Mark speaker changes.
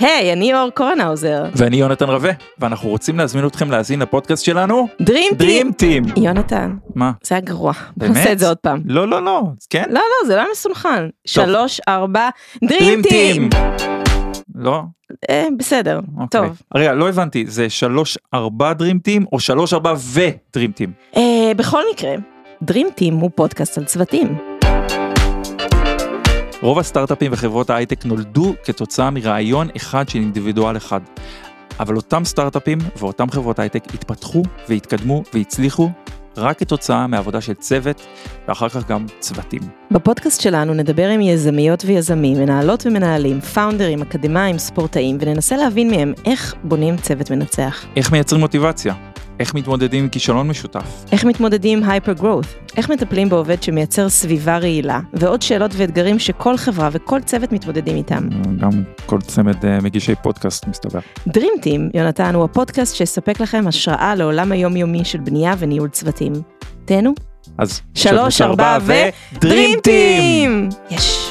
Speaker 1: היי, אני אור קורנהאוזר.
Speaker 2: ואני יונתן רווה, ואנחנו רוצים להזמין אתכם להאזין לפודקאסט שלנו,
Speaker 1: דרים טים.
Speaker 2: Dream Team.
Speaker 1: יונתן,
Speaker 2: מה?
Speaker 1: זה היה גרוע.
Speaker 2: באמת?
Speaker 1: נעשה את זה עוד פעם.
Speaker 2: לא, לא, לא, כן?
Speaker 1: לא, לא, זה לא היה מסונכן. שלוש, ארבע, דרים
Speaker 2: Dream
Speaker 1: טים.
Speaker 2: Team. לא?
Speaker 1: אה, בסדר,
Speaker 2: אוקיי.
Speaker 1: טוב.
Speaker 2: רגע, לא הבנתי, זה שלוש ארבע Dream Team או שלוש ארבע ו-Dream Team?
Speaker 1: אה, בכל מקרה, דרים טים הוא פודקאסט על צוותים.
Speaker 2: רוב הסטארט-אפים וחברות ההייטק נולדו כתוצאה מרעיון אחד של אינדיבידואל אחד. אבל אותם סטארט-אפים ואותם חברות הייטק התפתחו והתקדמו והצליחו רק כתוצאה מעבודה של צוות ואחר כך גם צוותים.
Speaker 1: בפודקאסט שלנו נדבר עם יזמיות ויזמים, מנהלות ומנהלים, פאונדרים, אקדמאים, ספורטאים, וננסה להבין מהם איך בונים צוות מנצח.
Speaker 2: איך מייצרים מוטיבציה? איך מתמודדים עם כישלון משותף?
Speaker 1: איך מתמודדים עם הייפר גרowth? איך מטפלים בעובד שמייצר סביבה רעילה? ועוד שאלות ואתגרים שכל חברה וכל צוות מתמודדים איתם.
Speaker 2: גם כל צמד אה, מגישי פודקאסט מסתבר.
Speaker 1: דרים טים, יונתן, הוא הפודקאסט שיספק לכם השראה לעולם היומיומי של בנייה וניהול צוותים. תהנו.
Speaker 2: אז
Speaker 1: שלוש, ארבע ו-
Speaker 2: ו- Dream Team!
Speaker 1: יש.